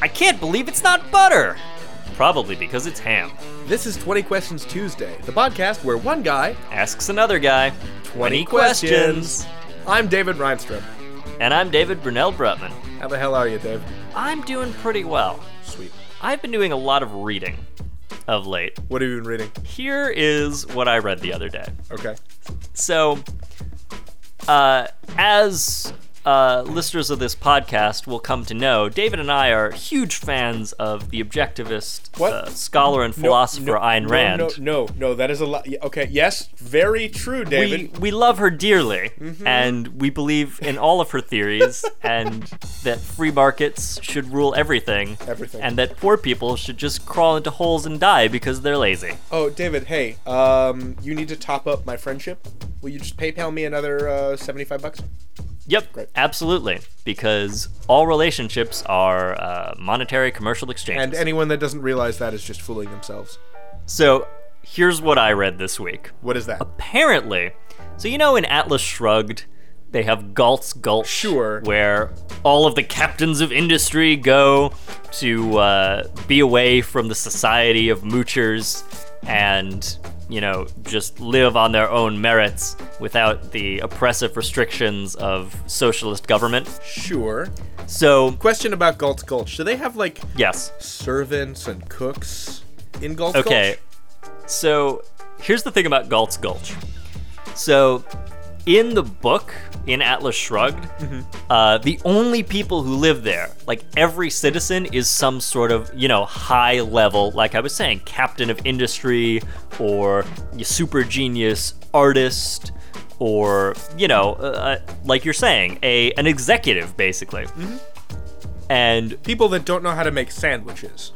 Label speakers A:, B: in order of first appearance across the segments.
A: I can't believe it's not butter! Probably because it's ham.
B: This is 20 Questions Tuesday, the podcast where one guy,
A: Asks another guy
B: 20 questions. I'm David Reinstrom.
A: And I'm David Brunel Brutman.
B: How the hell are you, Dave?
A: I'm doing pretty well.
B: Sweet.
A: I've been doing a lot of reading of late.
B: What have you been reading?
A: Here is what I read the other day.
B: Okay.
A: So, uh, as uh, listeners of this podcast will come to know, David and I are huge fans of the objectivist
B: What?
A: uh, scholar and philosopher Ayn Rand.
B: No, no, no, no, that is a lot. Okay, yes, very true, David.
A: we, we love her dearly,
B: Mm-hmm.
A: and we believe in all of her theories, and that free markets should rule everything,
B: Everything.
A: and that poor people should just crawl into holes and die because they're lazy.
B: Oh, David, hey, um, you need to top up my friendship. Will you just PayPal me another uh, 75 bucks?
A: Yep,
B: Great.
A: absolutely, because all relationships are uh, monetary commercial exchanges.
B: And anyone that doesn't realize that is just fooling themselves.
A: so here's what I read this week.
B: What is that?
A: apparently so you know in atlas shrugged they have galt's gulch
B: Sure.
A: where all of the captains of industry go to uh, be away from the society of moochers and you know just live on their own merits without the oppressive restrictions of socialist government
B: Sure.
A: so
B: Question about Galt's Gulch. Do they have, like,
A: yes
B: servants and cooks in Gulch
A: Okay. So here's the thing about Galt's Gulch. So in the book, in Atlas Shrugged, uh, the only people who live there, like every citizen, is some sort of, you know, high level, like I was saying, captain of industry or super genius artist or, you know, uh, like you're saying, a an executive, basically. And
B: People that don't know how to make sandwiches.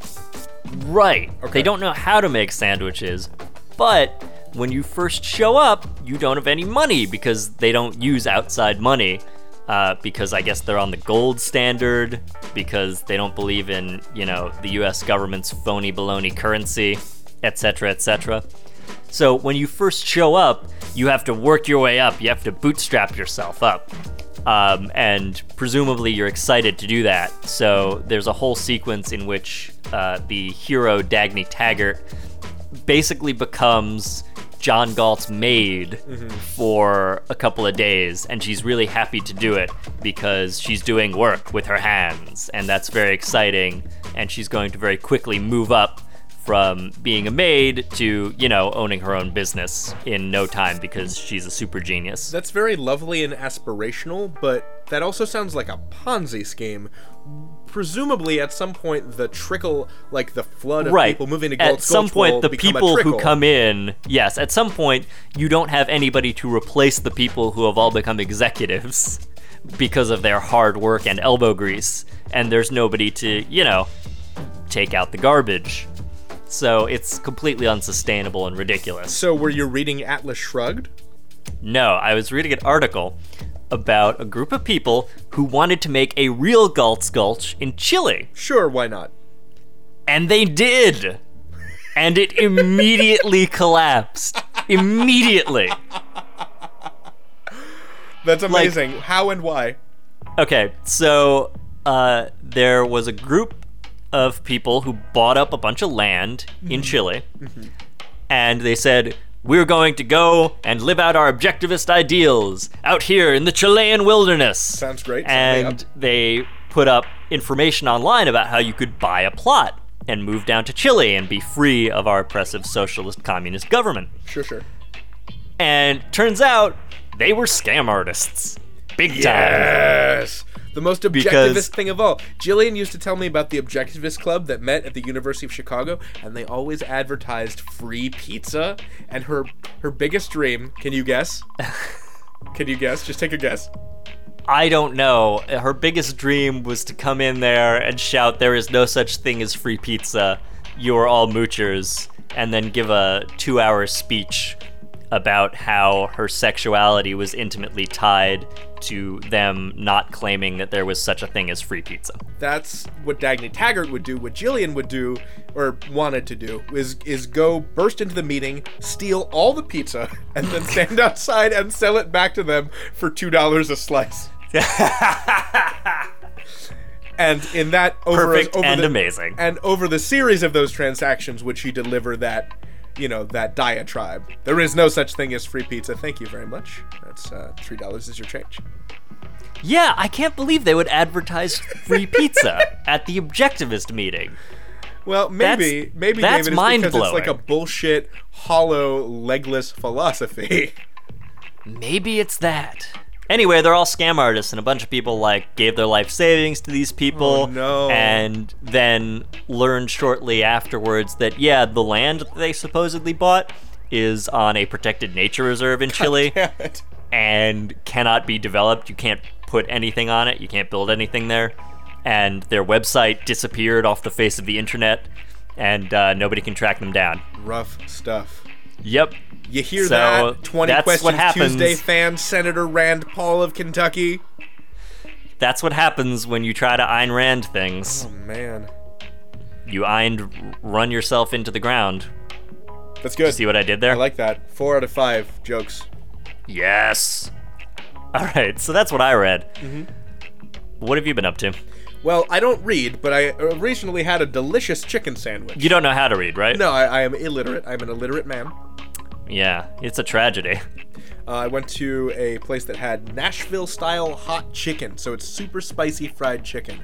A: Right.
B: Okay.
A: They don't know how to make sandwiches, but when you first show up, you don't have any money because they don't use outside money. Uh, because I guess they're on the gold standard, because they don't believe in, you know, the US government's phony baloney currency, etc., etc. So when you first show up, you have to work your way up, you have to bootstrap yourself up. Um, and presumably you're excited to do that. So there's a whole sequence in which uh, the hero Dagny Taggart basically becomes John Galt's maid for a couple of days, and she's really happy to do it because she's doing work with her hands, and that's very exciting. And she's going to very quickly move up from being a maid to, you know, owning her own business in no time because she's a super genius.
B: That's very lovely and aspirational, but that also sounds like a Ponzi scheme. Presumably, at some point, the trickle, like the flood of
A: right.
B: people moving to
A: at
B: Galt's
A: some
B: Gulch will
A: point, the
B: become a
A: people who
B: trickle.
A: come in, yes, at some point, you don't have anybody to replace the people who have all become executives because of their hard work and elbow grease, and there's nobody to, you know, take out the garbage. So it's completely unsustainable and ridiculous.
B: So, were you reading Atlas Shrugged?
A: No, I was reading an article about a group of people who wanted to make a real Galt's Gulch in Chile.
B: Sure, why not?
A: And they did. And it immediately collapsed. Immediately.
B: That's amazing. How and why?
A: Okay, so uh, there was a group of people who bought up a bunch of land
B: Mm-hmm.
A: in Chile, and they said, We're going to go and live out our objectivist ideals out here in the Chilean wilderness.
B: Sounds great. Sign me
A: And they put up information online about how you could buy a plot and move down to Chile and be free of our oppressive socialist communist government.
B: Sure, sure.
A: And turns out they were scam artists. Big time.
B: Yes. The most objectivist
A: Because-
B: thing of all. Jillian used to tell me about the Objectivist Club that met at the University of Chicago, and they always advertised free pizza. And her her biggest dream, can you guess? can you guess? Just take a guess.
A: I don't know. Her biggest dream was to come in there and shout, There is no such thing as free pizza. You are all moochers. And then give a two hour speech about how her sexuality was intimately tied to them not claiming that there was such a thing as free pizza.
B: That's what Dagny Taggart would do. What Jillian would do, or wanted to do, is is go burst into the meeting, steal all the pizza, and then stand outside and sell it back to them for two dollars a slice. And in that over
A: Perfect
B: over
A: and
B: the,
A: amazing.
B: And over the series of those transactions, which you deliver that, you know, that diatribe. There is no such thing as free pizza. Thank you very much. That's uh, three dollars is your change.
A: Yeah, I can't believe they would advertise free pizza at the Objectivist meeting.
B: Well, maybe
A: That's-
B: maybe
A: that's
B: David, it's because it's like a
A: mind-blowing.
B: bullshit, hollow, legless philosophy.
A: Maybe it's that. Anyway, they're all scam artists, and a bunch of people like gave their life savings to these people,
B: Oh, no.
A: and then learned shortly afterwards that yeah, the land that they supposedly bought is on a protected nature reserve in Chile
B: Damn it.
A: and cannot be developed. You can't put anything on it. You can't build anything there. And their website disappeared off the face of the internet, and uh, nobody can track them down.
B: Rough stuff.
A: Yep.
B: You hear
A: So,
B: that? 20
A: that's
B: Questions
A: what happens.
B: Tuesday fan Senator Rand Paul of Kentucky.
A: That's what happens when you try to Ayn Rand things.
B: Oh, man.
A: You Eined run yourself into the ground.
B: That's good.
A: See what I did there?
B: I like that. Four out of five jokes.
A: yes. All right, so that's what I read.
B: Mm-hmm.
A: What have you been up to?
B: Well, I don't read, but I originally had a delicious chicken sandwich.
A: You don't know how to read, right?
B: No, I, I am illiterate. I'm an illiterate man.
A: Yeah, it's a tragedy.
B: Uh, I went to a place that had Nashville style hot chicken, so it's super spicy fried chicken.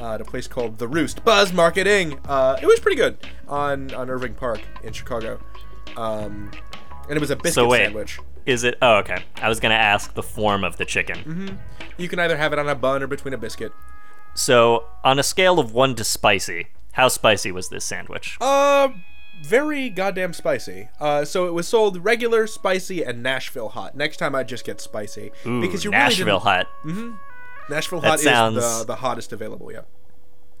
B: Uh, at a place called The Roost. Buzz Marketing. Uh, it was pretty good on on Irving Park in Chicago, um, and it was a biscuit
A: So wait.
B: sandwich.
A: Is it? Oh, okay. I was gonna ask the form of the chicken.
B: Mm-hmm. You can either have it on a bun or between a biscuit.
A: So, on a scale of one to spicy, how spicy was this sandwich?
B: Uh, very goddamn spicy. Uh, so it was sold regular, spicy, and Nashville hot. Next time I just get spicy
A: Ooh,
B: because you
A: Nashville
B: really Mm-hmm.
A: hot.
B: didn't, Nashville hot is the,
A: sounds-
B: the hottest available. Yeah,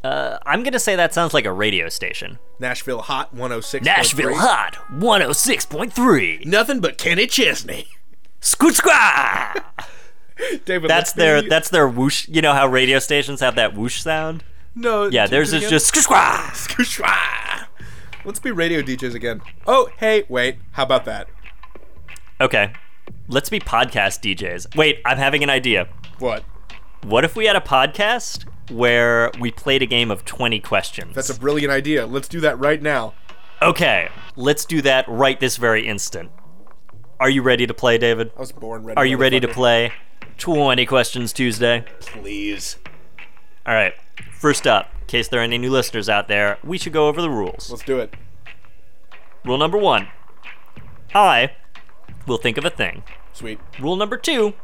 A: Uh, I'm gonna say that sounds like a radio station.
B: Oh, Nashville hot 106.
A: Nashville hot, 106.3.
B: Nothing but Kenny Chesney.
A: Scoot squaw!
B: David,
A: That's
B: let's
A: their
B: be-
A: that's their whoosh. You know how radio stations have that whoosh sound?
B: no.
A: Yeah,
B: do-
A: theirs
B: do
A: is
B: it
A: just squaw.
B: again. Kushwa. Let's be radio DJs again. Oh, hey, wait. How about that?
A: Okay, let's be podcast DJs. Wait, I'm having an idea.
B: What?
A: What if we had a podcast where we played a game of 20 questions?
B: That's a brilliant idea. Let's do that right now.
A: okay, let's do that right this very instant. Are you ready to play, David?
B: I was born ready.
A: Are you ready to
B: motherfucker.
A: play 20 Questions Tuesday?
B: Please.
A: All right, first up, in case there are any new listeners out there, we should go over the rules.
B: Let's do it.
A: Rule number one I will think of a thing.
B: Sweet.
A: Rule number two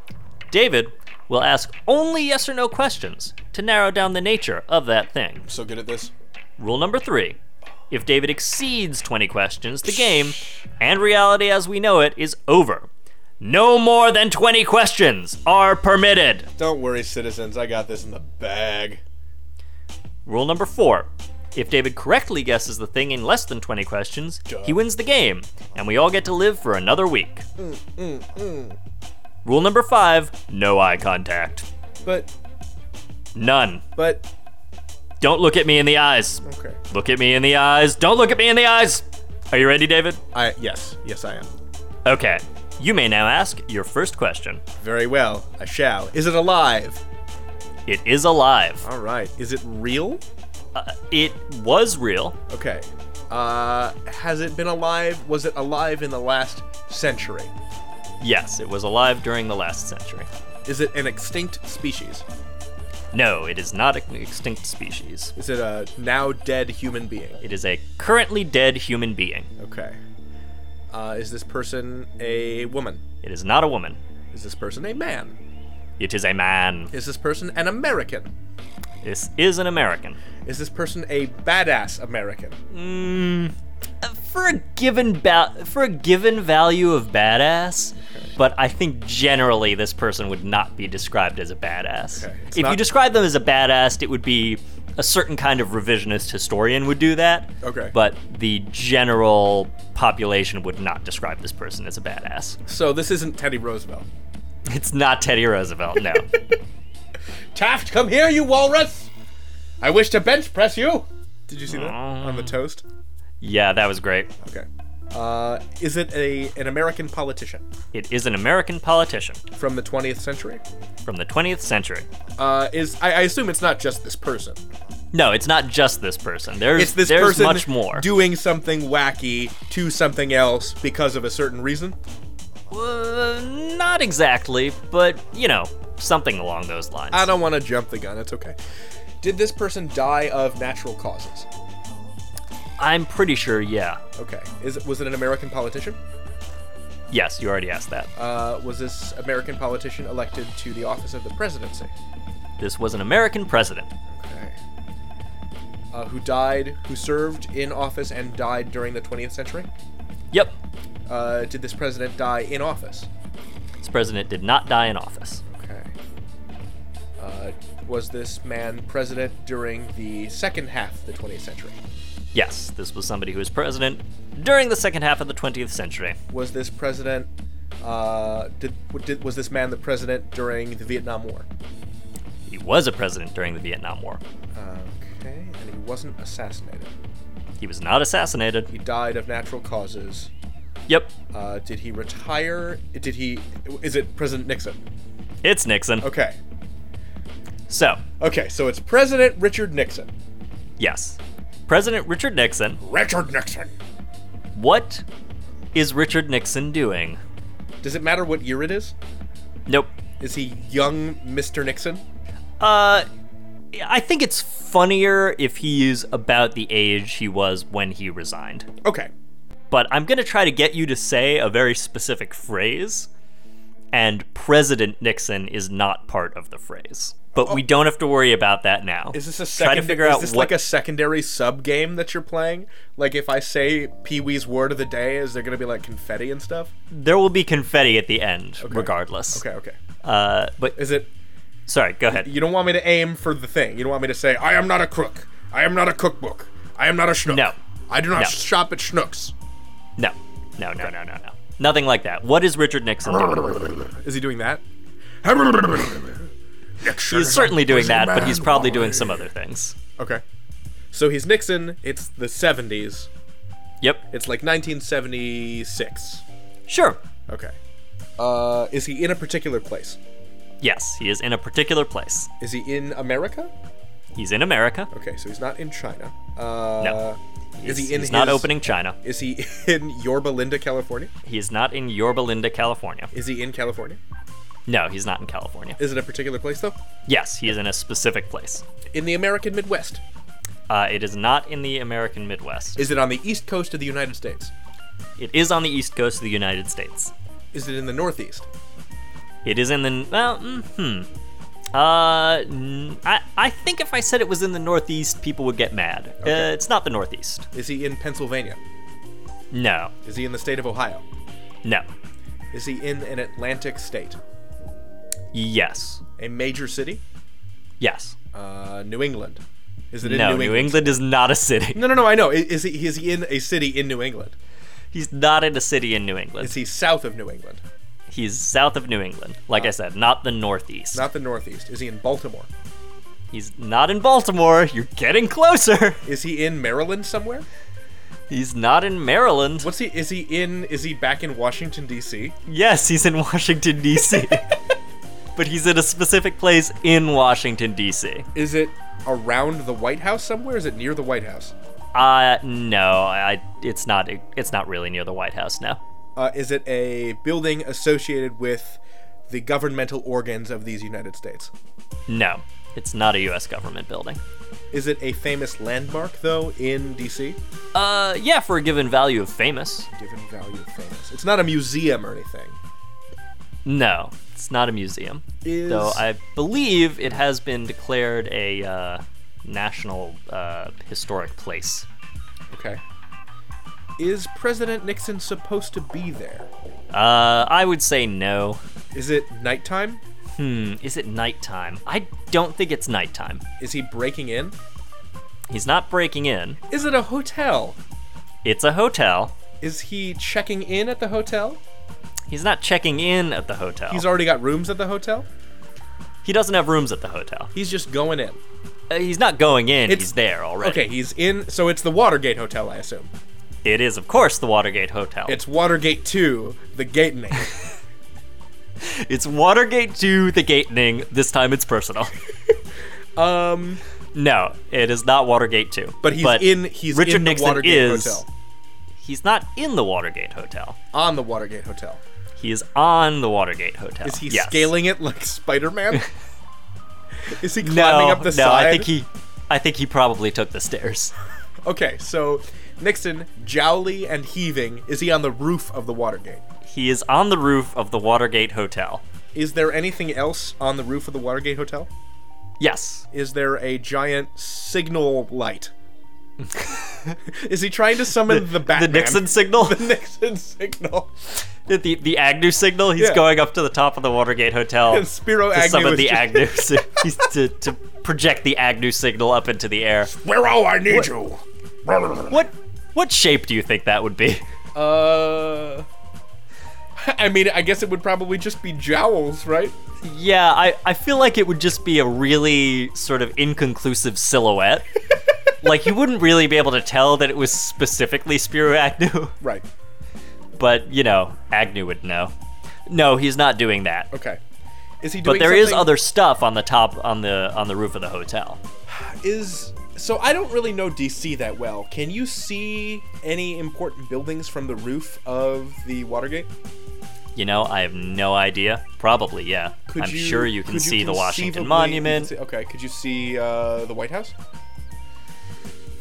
A: David will ask only yes or no questions to narrow down the nature of that thing.
B: So good at this.
A: Rule number three if David exceeds 20 questions, the game and reality as we know it is over. No more than 20 questions are permitted.
B: Don't worry, citizens. I got this in the bag.
A: Rule number four. If David correctly guesses the thing in less than 20 questions, he wins the game, and we all get to live for another week. Rule number five no eye contact.
B: But,
A: None.
B: but,
A: Don't look at me in the eyes.
B: okay.
A: Look at me in the eyes. Don't look at me in the eyes. Are you ready, David?
B: I, yes, yes, I am.
A: Okay. You may now ask your first question.
B: Very well. I shall. Is it alive?
A: It is alive.
B: All right. Is it real?
A: Uh, it was real.
B: Okay. Uh, has it been alive? Was it alive in the last century?
A: Yes, it was alive during the last century.
B: Is it an extinct species?
A: No, it is not an extinct species.
B: Is it a now dead human being?
A: It is a currently dead human being.
B: Okay. Uh, is this person a woman?
A: It is not a woman.
B: Is this person a man?
A: It is a man.
B: Is this person an American?
A: This is an American.
B: Is this person a badass American?
A: Mm, for a given ba- for a given value of badass, but I think generally this person would not be described as a badass.
B: Okay, it's
A: If you
B: not-
A: describe them as a badass, it would be a certain kind of revisionist historian would do that.
B: Okay.
A: But the general population would not describe this person as a badass.
B: So this isn't Teddy Roosevelt.
A: It's not Teddy Roosevelt, no.
B: Taft, come here, you walrus! I wish to bench press you! Did you see that? On the toast?
A: yeah, that was great.
B: Okay. Uh, is it a an American politician
A: It is an American politician
B: from the 20th century?
A: from the 20th century.
B: Uh, is I, I assume it's not just this person.
A: No, it's not just this person. There's
B: It's this
A: there's
B: person
A: much more.
B: doing something wacky to something else because of a certain reason.
A: Uh, not exactly, but you know, something along those lines.
B: I don't want to jump the gun. It's okay. Did this person die of natural causes?
A: I'm pretty sure, yeah.
B: Okay. Is it, was it an American politician?
A: Yes, you already asked that.
B: Uh, was this American politician elected to the office of the presidency?
A: This was an American president.
B: Okay. Uh, who died? Who served in office and died during the 20th century?
A: Yep,
B: Uh, did this president die in office?
A: this president did not die in office.
B: Okay. Uh, was this man president during the second half of the 20th century?
A: Yes, this was somebody who was president during the second half of the 20th century.
B: Was this president? Uh, did, w- did was this man the president during the Vietnam War?
A: He was a president during the Vietnam War.
B: Okay, and he wasn't assassinated.
A: He was not assassinated.
B: He died of natural causes.
A: Yep,
B: Uh, did he retire? Did he? Is it President Nixon?
A: it's Nixon.
B: Okay.
A: So,
B: Okay, so it's President Richard Nixon.
A: yes, President Richard Nixon.
B: Richard Nixon.
A: What is Richard Nixon doing?
B: Does it matter what year it is?
A: Nope.
B: Is he young Mr. Nixon?
A: Uh, I think it's funnier if he's about the age he was when he resigned.
B: Okay.
A: But I'm gonna try to get you to say a very specific phrase, and President Nixon is not part of the phrase. But we don't have to worry about that now.
B: Is this a
A: try to
B: second?
A: figure
B: is
A: out
B: this
A: what?
B: like a secondary sub game that you're playing? Like if I say Pee Wee's word of the day, is there gonna be like confetti and stuff?
A: There will be confetti at the end, regardless.
B: Okay, okay.
A: Uh, but
B: Is it?
A: sorry, go ahead.
B: You don't want me to aim for the thing. You don't want me to say I am not a crook. I am not a cookbook. I am not a schnook.
A: No.
B: I do not
A: No.
B: shop at schnooks.
A: No, no, no, no, no, no. Nothing like that. What is Richard Nixon doing?
B: Is he doing that?
A: He's certainly doing that, but he's probably doing some other things.
B: Okay. So he's Nixon. It's the 70s.
A: Yep.
B: It's like 1976.
A: Sure.
B: Okay. Uh, is he in a particular place?
A: Yes, he is in a particular place.
B: Is he in America?
A: He's in America.
B: Okay, so he's not in China. Uh,
A: No.
B: Is
A: He's-
B: he in?
A: He's not
B: his-
A: opening China.
B: Is he in Yorba Linda, California?
A: He is not in Yorba Linda, California.
B: Is he in California?
A: No, he's not in California.
B: Is it a particular place though?
A: Yes, he is in a specific place.
B: In the American Midwest.
A: Uh, it is not in the American Midwest.
B: Is it on the East Coast of the United States?
A: It is on the east coast of the United States.
B: Is it in the Northeast?
A: It is in the well, mm, hmm. Uh, n- I I think if I said it was in the Northeast, people would get mad. Uh, it's not the Northeast.
B: Is he in Pennsylvania?
A: No,
B: Is he in the state of Ohio?
A: no.
B: Is he in an Atlantic state?
A: Yes,
B: A major city?
A: yes.
B: Uh, New England. Is it in
A: No,
B: New England?
A: New England is not a city.
B: No, no, no. I know. I- Is he is he in a city in New England?
A: He's not in a city in New England.
B: Is he south of New England?
A: He's south of New England. Like I said, not the Northeast.
B: Not the Northeast. Is he in Baltimore?
A: He's not in Baltimore. You're getting closer.
B: Is he in Maryland somewhere?
A: He's not in Maryland.
B: What's he? Is he in? Is he back in Washington D.C.?
A: Yes, he's in Washington, D.C. but he's in a specific place in Washington, D.C.
B: Is it around the White House somewhere? Is it near the White House?
A: Uh, no, I, it's not. It's not really near the White House now.
B: Uh, is it a building associated with the governmental organs of these United States?
A: No, it's not a U.S. government building.
B: Is it a famous landmark though in D.C.?
A: Uh, yeah, for a given value of famous.
B: Given value of famous, it's not a museum or anything.
A: No, it's not a museum.
B: Is-
A: Though I believe it has been declared a uh, national uh, historic place.
B: Okay. Is President Nixon supposed to be there?
A: Uh, I would say no.
B: Is it nighttime?
A: Hmm, is it nighttime? I don't think it's nighttime.
B: Is he breaking in?
A: He's not breaking in.
B: Is it a hotel?
A: It's a hotel.
B: Is he checking in at the hotel?
A: He's not checking in at the hotel.
B: He's already got rooms at the hotel.
A: he doesn't have rooms at the hotel.
B: He's just going in.
A: Uh, he's not going in.
B: It's-
A: he's there already.
B: Okay, he's in. So it's the Watergate Hotel, I assume.
A: It is, of course, the Watergate Hotel.
B: It's Watergate 2, the Gatening.
A: It's Watergate 2, the Gatening. This time it's personal.
B: Um,
A: no, it is not Watergate 2.
B: but he's in he's
A: Richard
B: in the
A: Nixon
B: Watergate
A: is-
B: Hotel.
A: He's not in the Watergate Hotel.
B: On the Watergate Hotel.
A: He is on the Watergate Hotel.
B: Is he
A: Yes.
B: scaling it like Spider-Man? is he
A: No,
B: climbing up the
A: no,
B: side?
A: I think he, I think he probably took the stairs.
B: Okay, so Nixon, jowly and heaving, is he on the roof of the Watergate?
A: He is on the roof of the Watergate Hotel.
B: Is there anything else on the roof of the Watergate Hotel?
A: Yes,
B: Is there a giant signal light? is he trying to summon the, Batman?
A: the Nixon signal,
B: The Nixon signal.
A: the the, the Agnew signal. He's
B: Yeah.
A: going up to the top of the Watergate Hotel
B: And Spiro
A: to
B: Agnew
A: summon
B: is
A: the
B: just-
A: Agnew, sig- he's to to project the Agnew signal up into the air.
B: Where oh I need you.
A: What what shape do you think that would be?
B: Uh, I mean, I guess it would probably just be jowls, right?
A: Yeah, I, I feel like it would just be a really sort of inconclusive silhouette. like you wouldn't really be able to tell that it was specifically Spiro Agnew,
B: Right.
A: but you know, Agnew would know. No, he's not doing that.
B: Okay. Is he doing?
A: But there is
B: something-
A: other stuff on the top on the on the roof of the hotel.
B: Is so I don't really know DC that well. Can you see any important buildings from the roof of the Watergate?
A: You know, I have no idea. Probably, yeah.
B: Could
A: I'm
B: you-
A: sure you can
B: could
A: see the
B: conceivably- you
A: Washington
B: can
A: Monument.
B: see- okay. Could you see uh, the White House?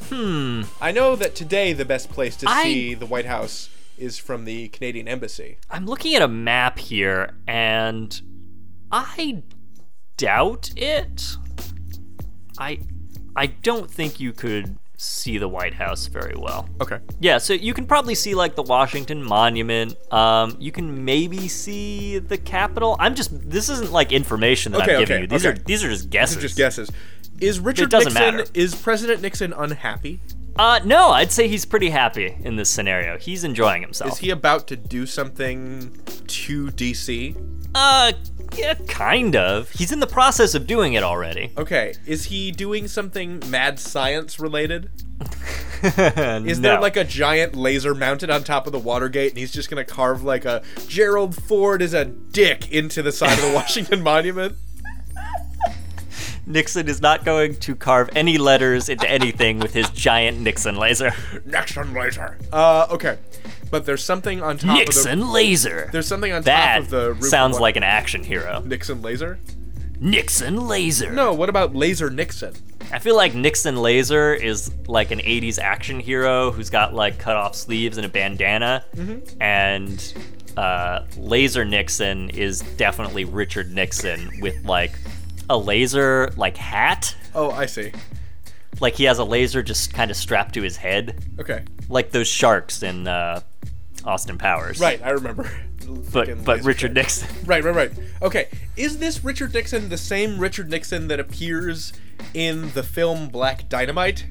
A: Hmm.
B: I know that today the best place to
A: I-
B: see the White House is from the Canadian Embassy.
A: I'm looking at a map here, and I doubt it. I I don't think you could see the White House very well.
B: Okay.
A: Yeah, so you can probably see like the Washington Monument. Um, you can maybe see the Capitol. I'm just this isn't like information that
B: Okay,
A: I'm giving
B: okay,
A: you. These
B: okay.
A: are these are just
B: These
A: guesses.
B: are just guesses. Is Richard
A: doesn't
B: Nixon
A: matter.
B: is President Nixon unhappy?
A: Uh, no, I'd say he's pretty happy in this scenario. He's enjoying himself.
B: Is he about to do something to DC?
A: Uh, yeah, kind of. He's in the process of doing it already.
B: Okay. Is he doing something mad science related? Is
A: is
B: there like a giant laser mounted on top of the Watergate and he's just gonna carve like a Gerald Ford is a dick into the side of the Washington Monument?
A: Nixon is not going to carve any letters into anything with his giant Nixon laser.
B: Nixon laser. Uh okay. But there's something on top of the
A: Nixon laser.
B: there's something on top
A: that
B: of the roof of
A: sounds
B: Wa-
A: like an action hero.
B: Nixon laser?
A: Nixon laser.
B: No, what about laser Nixon?
A: I feel like Nixon laser is like an '80s action hero who's got like cut off sleeves and a bandana,
B: Mm-hmm.
A: and uh, laser Nixon is definitely Richard Nixon with like a laser like hat.
B: Oh, I see.
A: Like he has a laser just kind of strapped to his head.
B: Okay.
A: like those sharks in uh, Austin Powers.
B: Right, I remember. Fucking
A: But but
B: laser
A: Richard
B: shit.
A: Nixon.
B: Right, right, right. Okay, is this Richard Nixon the same Richard Nixon that appears in the film Black Dynamite?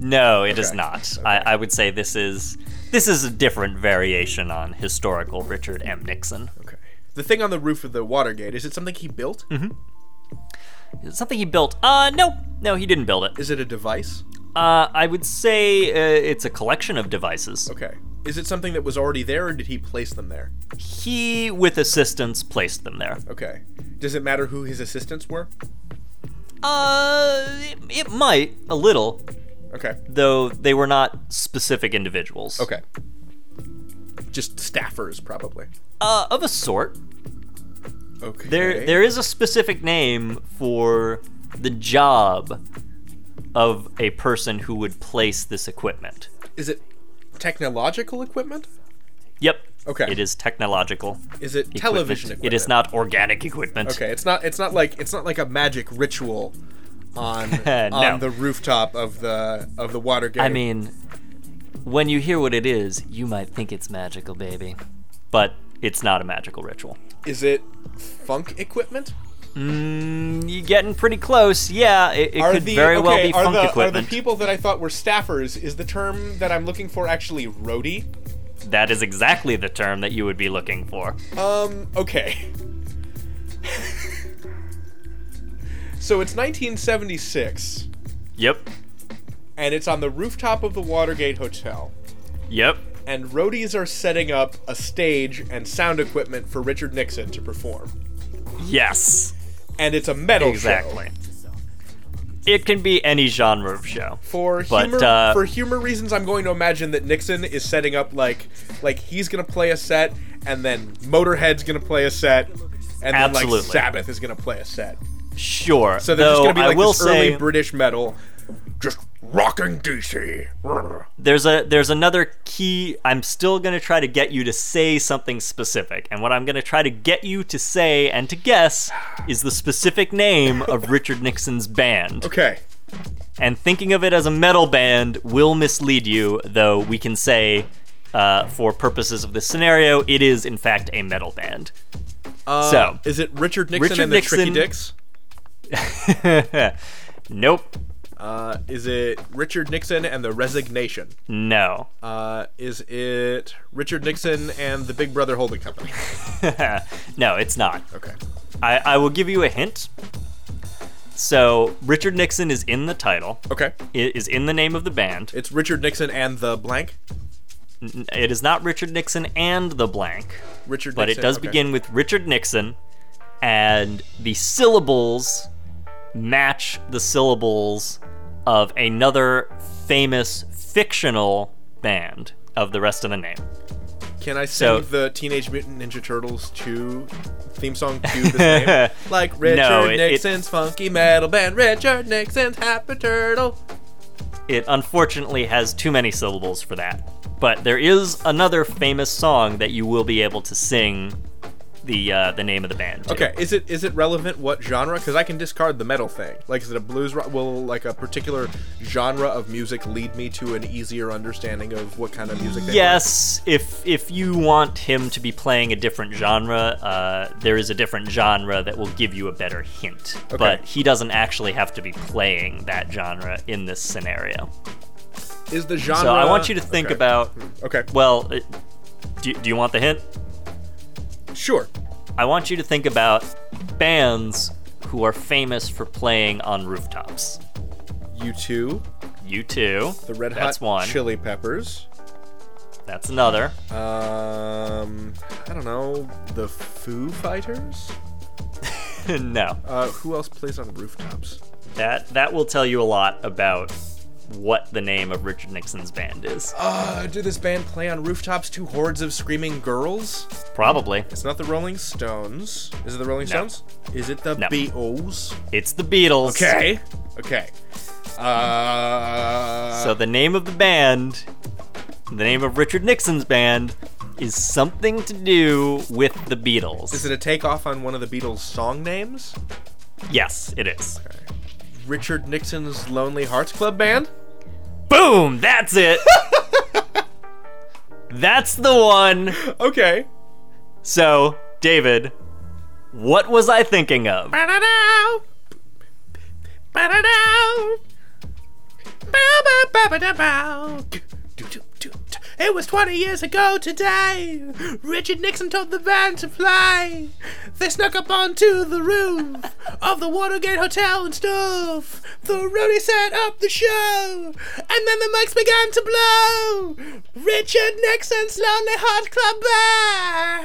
A: No, it is
B: Okay.
A: not. I, I would say this is this is a different variation on historical Richard M. Nixon.
B: Okay. Mm-hmm. The thing on the roof of the Watergate, is it something he built?
A: Is it something he built. Uh, no, no, he didn't build it.
B: Is it a device?
A: Uh, I would say uh, it's a collection of devices.
B: Okay. Is it something that was already there or did he place them there?
A: He, with assistance, placed them there.
B: Okay. Does it matter who his assistants were?
A: Uh, it, it might a little,
B: Okay.
A: though they were not specific individuals.
B: Okay. Just staffers, probably.
A: Uh, of a sort.
B: Okay.
A: There, there is a specific name for the job of a person who would place this equipment.
B: Is it technological equipment?
A: Yep.
B: Okay.
A: It is technological.
B: Is it television equipment?
A: It is not organic equipment.
B: Okay, it's not it's not like it's not like a magic ritual on
A: No.
B: on the rooftop of the of the Watergate.
A: I mean, when you hear what it is, you might think it's magical, baby, but it's not a magical ritual.
B: is it funk equipment?
A: Mm, you getting pretty close. Yeah, it, it could very well
B: okay,
A: be
B: are
A: funk
B: the, Are the
A: equipment.
B: people that I thought were staffers is the term that I'm looking for actually roadie?
A: that is exactly the term that you would be looking for.
B: Um, okay. so it's 1976.
A: Yep.
B: and it's on the rooftop of the Watergate Hotel.
A: Yep.
B: And roadies are setting up a stage and sound equipment for Richard Nixon to perform.
A: Yes.
B: And it's a metal show.
A: Exactly. It can be any genre of show.
B: For
A: But,
B: humor,
A: uh,
B: for humor reasons, I'm going to imagine that Nixon is setting up like, like he's gonna play a set, and then Motorhead's gonna play a set, and then
A: Absolutely.
B: like Sabbath is gonna play a set.
A: Sure.
B: So they're
A: Though
B: just gonna be
A: I
B: like
A: will
B: this
A: say
B: early British metal, just rocking DC. Brr.
A: there's a there's another key. I'm still gonna try to get you to say something specific, and what I'm gonna try to get you to say and to guess is the specific name of Richard Nixon's band.
B: Okay,
A: And thinking of it as a metal band will mislead you, though we can say, uh, for purposes of this scenario, it is in fact a metal band.
B: Uh,
A: so
B: Um, is it Richard Nixon
A: Richard
B: and the Tricky
A: Nixon-
B: Dicks?
A: nope.
B: Uh, is it Richard Nixon and the Resignation?
A: Hmm. No.
B: Uh, is it Richard Nixon and the Big Brother Holding Company?
A: no, it's not.
B: Okay.
A: I, I will give you a hint. So, Richard Nixon is in the title,
B: Okay.
A: i- is in the name of the band.
B: It's Richard Nixon and the blank.
A: N- It is not Richard Nixon and the blank,
B: Richard
A: but
B: Nixon.
A: it does
B: okay.
A: begin with Richard Nixon, and the syllables match the syllables of another famous fictional band of the rest of the name.
B: Can I
A: so-
B: sing the Teenage Mutant Ninja Turtles 2 theme song to this name? like Richard
A: it- it-
B: Nixon's funky metal band, Richard Nixon's happy turtle.
A: It unfortunately has too many syllables for that. But there is another famous song that you will be able to sing the uh, the name of the band. to.
B: Okay, is it is it relevant what genre? Because I can discard the metal thing. Like, is it a blues? Rock? Will like a particular genre of music lead me to an easier understanding of what kind of music? They
A: Yes, if if you want him to be playing a different genre, uh, there is a different genre that will give you a better hint. But he doesn't actually have to be playing that genre in this scenario.
B: were? Is the genre?
A: So I want you to think
B: Okay.
A: about.
B: Okay,
A: Well, it- do, do you want the hint?
B: sure.
A: I want you to think about bands who are famous for playing on rooftops.
B: You two,
A: You too.
B: the Red
A: That's
B: Hot
A: one.
B: Chili Peppers.
A: That's another.
B: Um, I don't know. The Foo Fighters.
A: no.
B: Uh, who else plays on rooftops?
A: That that will tell you a lot about what the name of Richard Nixon's band is.
B: Uh, did this band play on rooftops to hordes of screaming girls?
A: Probably.
B: It's not the Rolling Stones. Is it the Rolling
A: No.
B: Stones? Is it the
A: No.
B: Beatles?
A: It's the Beatles.
B: Okay. Okay. Uh,
A: So the name of the band, the name of Richard Nixon's band, is something to do with the Beatles.
B: is it a takeoff on one of the Beatles' song names?
A: yes, it is.
B: Richard Nixon's Lonely Hearts Club Band?
A: Boom! That's it. that's the one.
B: Okay.
A: So, David, what was I thinking of?
B: Ba-da-dow. Ba-da-dow. Ba-ba-ba-ba-da-bow. Do-do-do-do. It was 20 years ago today. Richard Nixon told the van to fly. They snuck up onto the roof of the Watergate Hotel and stuff. The roadie set up the show, and then the mics began to blow. Richard Nixon's Lonely Hearts Club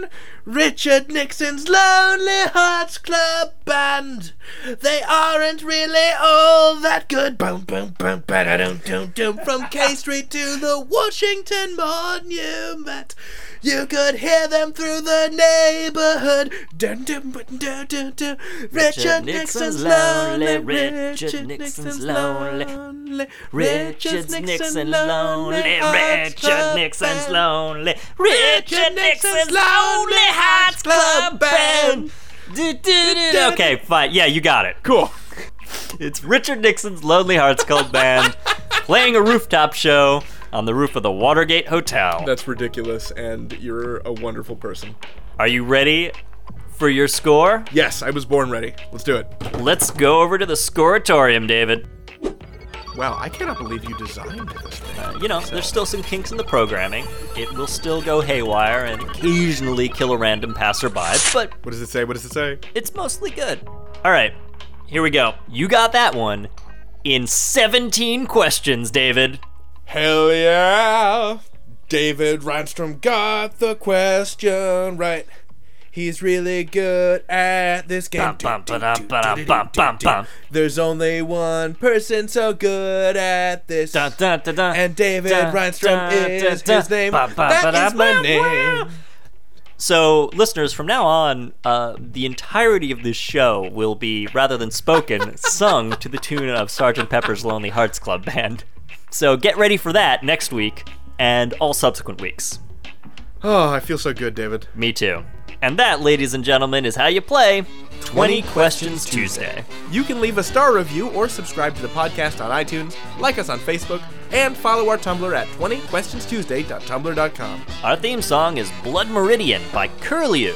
B: Band. Richard Nixon's Lonely Hearts Club Band. They aren't really all that good. Boom, boom, boom, ba-da-dum, dum, dum. From K Street to the Washington Monument, you could hear them through the neighborhood. Dun, dun, dun, dun, dun, dun. Richard Nixon's lonely. Richard Nixon's lonely.
A: Richard Nixon lonely. Richard Nixon's lonely. Richard Nixon's lonely Hearts Club Band. Do, do, do, do. Okay, fine. Yeah, you got it.
B: Cool.
A: It's Richard Nixon's Lonely Hearts Club Band playing a rooftop show on the roof of the Watergate Hotel.
B: That's ridiculous, and you're a wonderful person.
A: Are you ready for your score?
B: Yes, I was born ready. Let's do it.
A: Let's go over to the scoratorium, David.
B: Wow, I cannot believe you designed this thing.
A: You know, there's still some kinks in the programming. It will still go haywire and occasionally kill a random passerby, but
B: What does it say? What does it say?
A: it's mostly good. All right, here we go. You got that one. in 17 questions, David.
B: Hell yeah! David Reinstrom got the question right. He's really good at this game.
A: Bum, bum, ba-dum, ba-dum, bum, bum, bum.
B: There's only one person so good at this.
A: Dun, dun, dun, dun.
B: And David
A: Dun,
B: Reinstrom
A: dun,
B: is
A: dun, dun.
B: his name.
A: Ba, ba, ba, da,
B: That is my
A: ba,
B: name.
A: ba. So, listeners, from now on, uh, the entirety of this show will be, rather than spoken, sung to the tune of Sgt. Pepper's Lonely Hearts Club Band. So, get ready for that next week and all subsequent weeks.
C: Oh, I feel so good, David.
A: Me too. And that, ladies and gentlemen, is how you play 20 Questions Tuesday.
B: You can leave a star review or subscribe to the podcast on iTunes, like us on Facebook, and follow our Tumblr at 20questionstuesday.tumblr.com.
A: Our theme song is Blood Meridian by Curlew,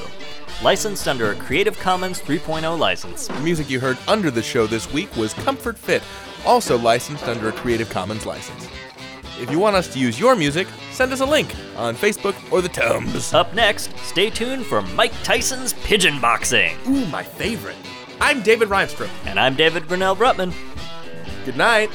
A: licensed under a Creative Commons 3.0 license.
B: The music you heard under the show this week was Comfort Fit, also licensed under a Creative Commons license. If you want us to use your music, send us a link on Facebook or the Tums.
A: Up next, stay tuned for Mike Tyson's Pigeon Boxing.
B: Ooh, my favorite. I'm David Rivestrom.
A: And I'm David Grinnell Brutman.
B: Good night.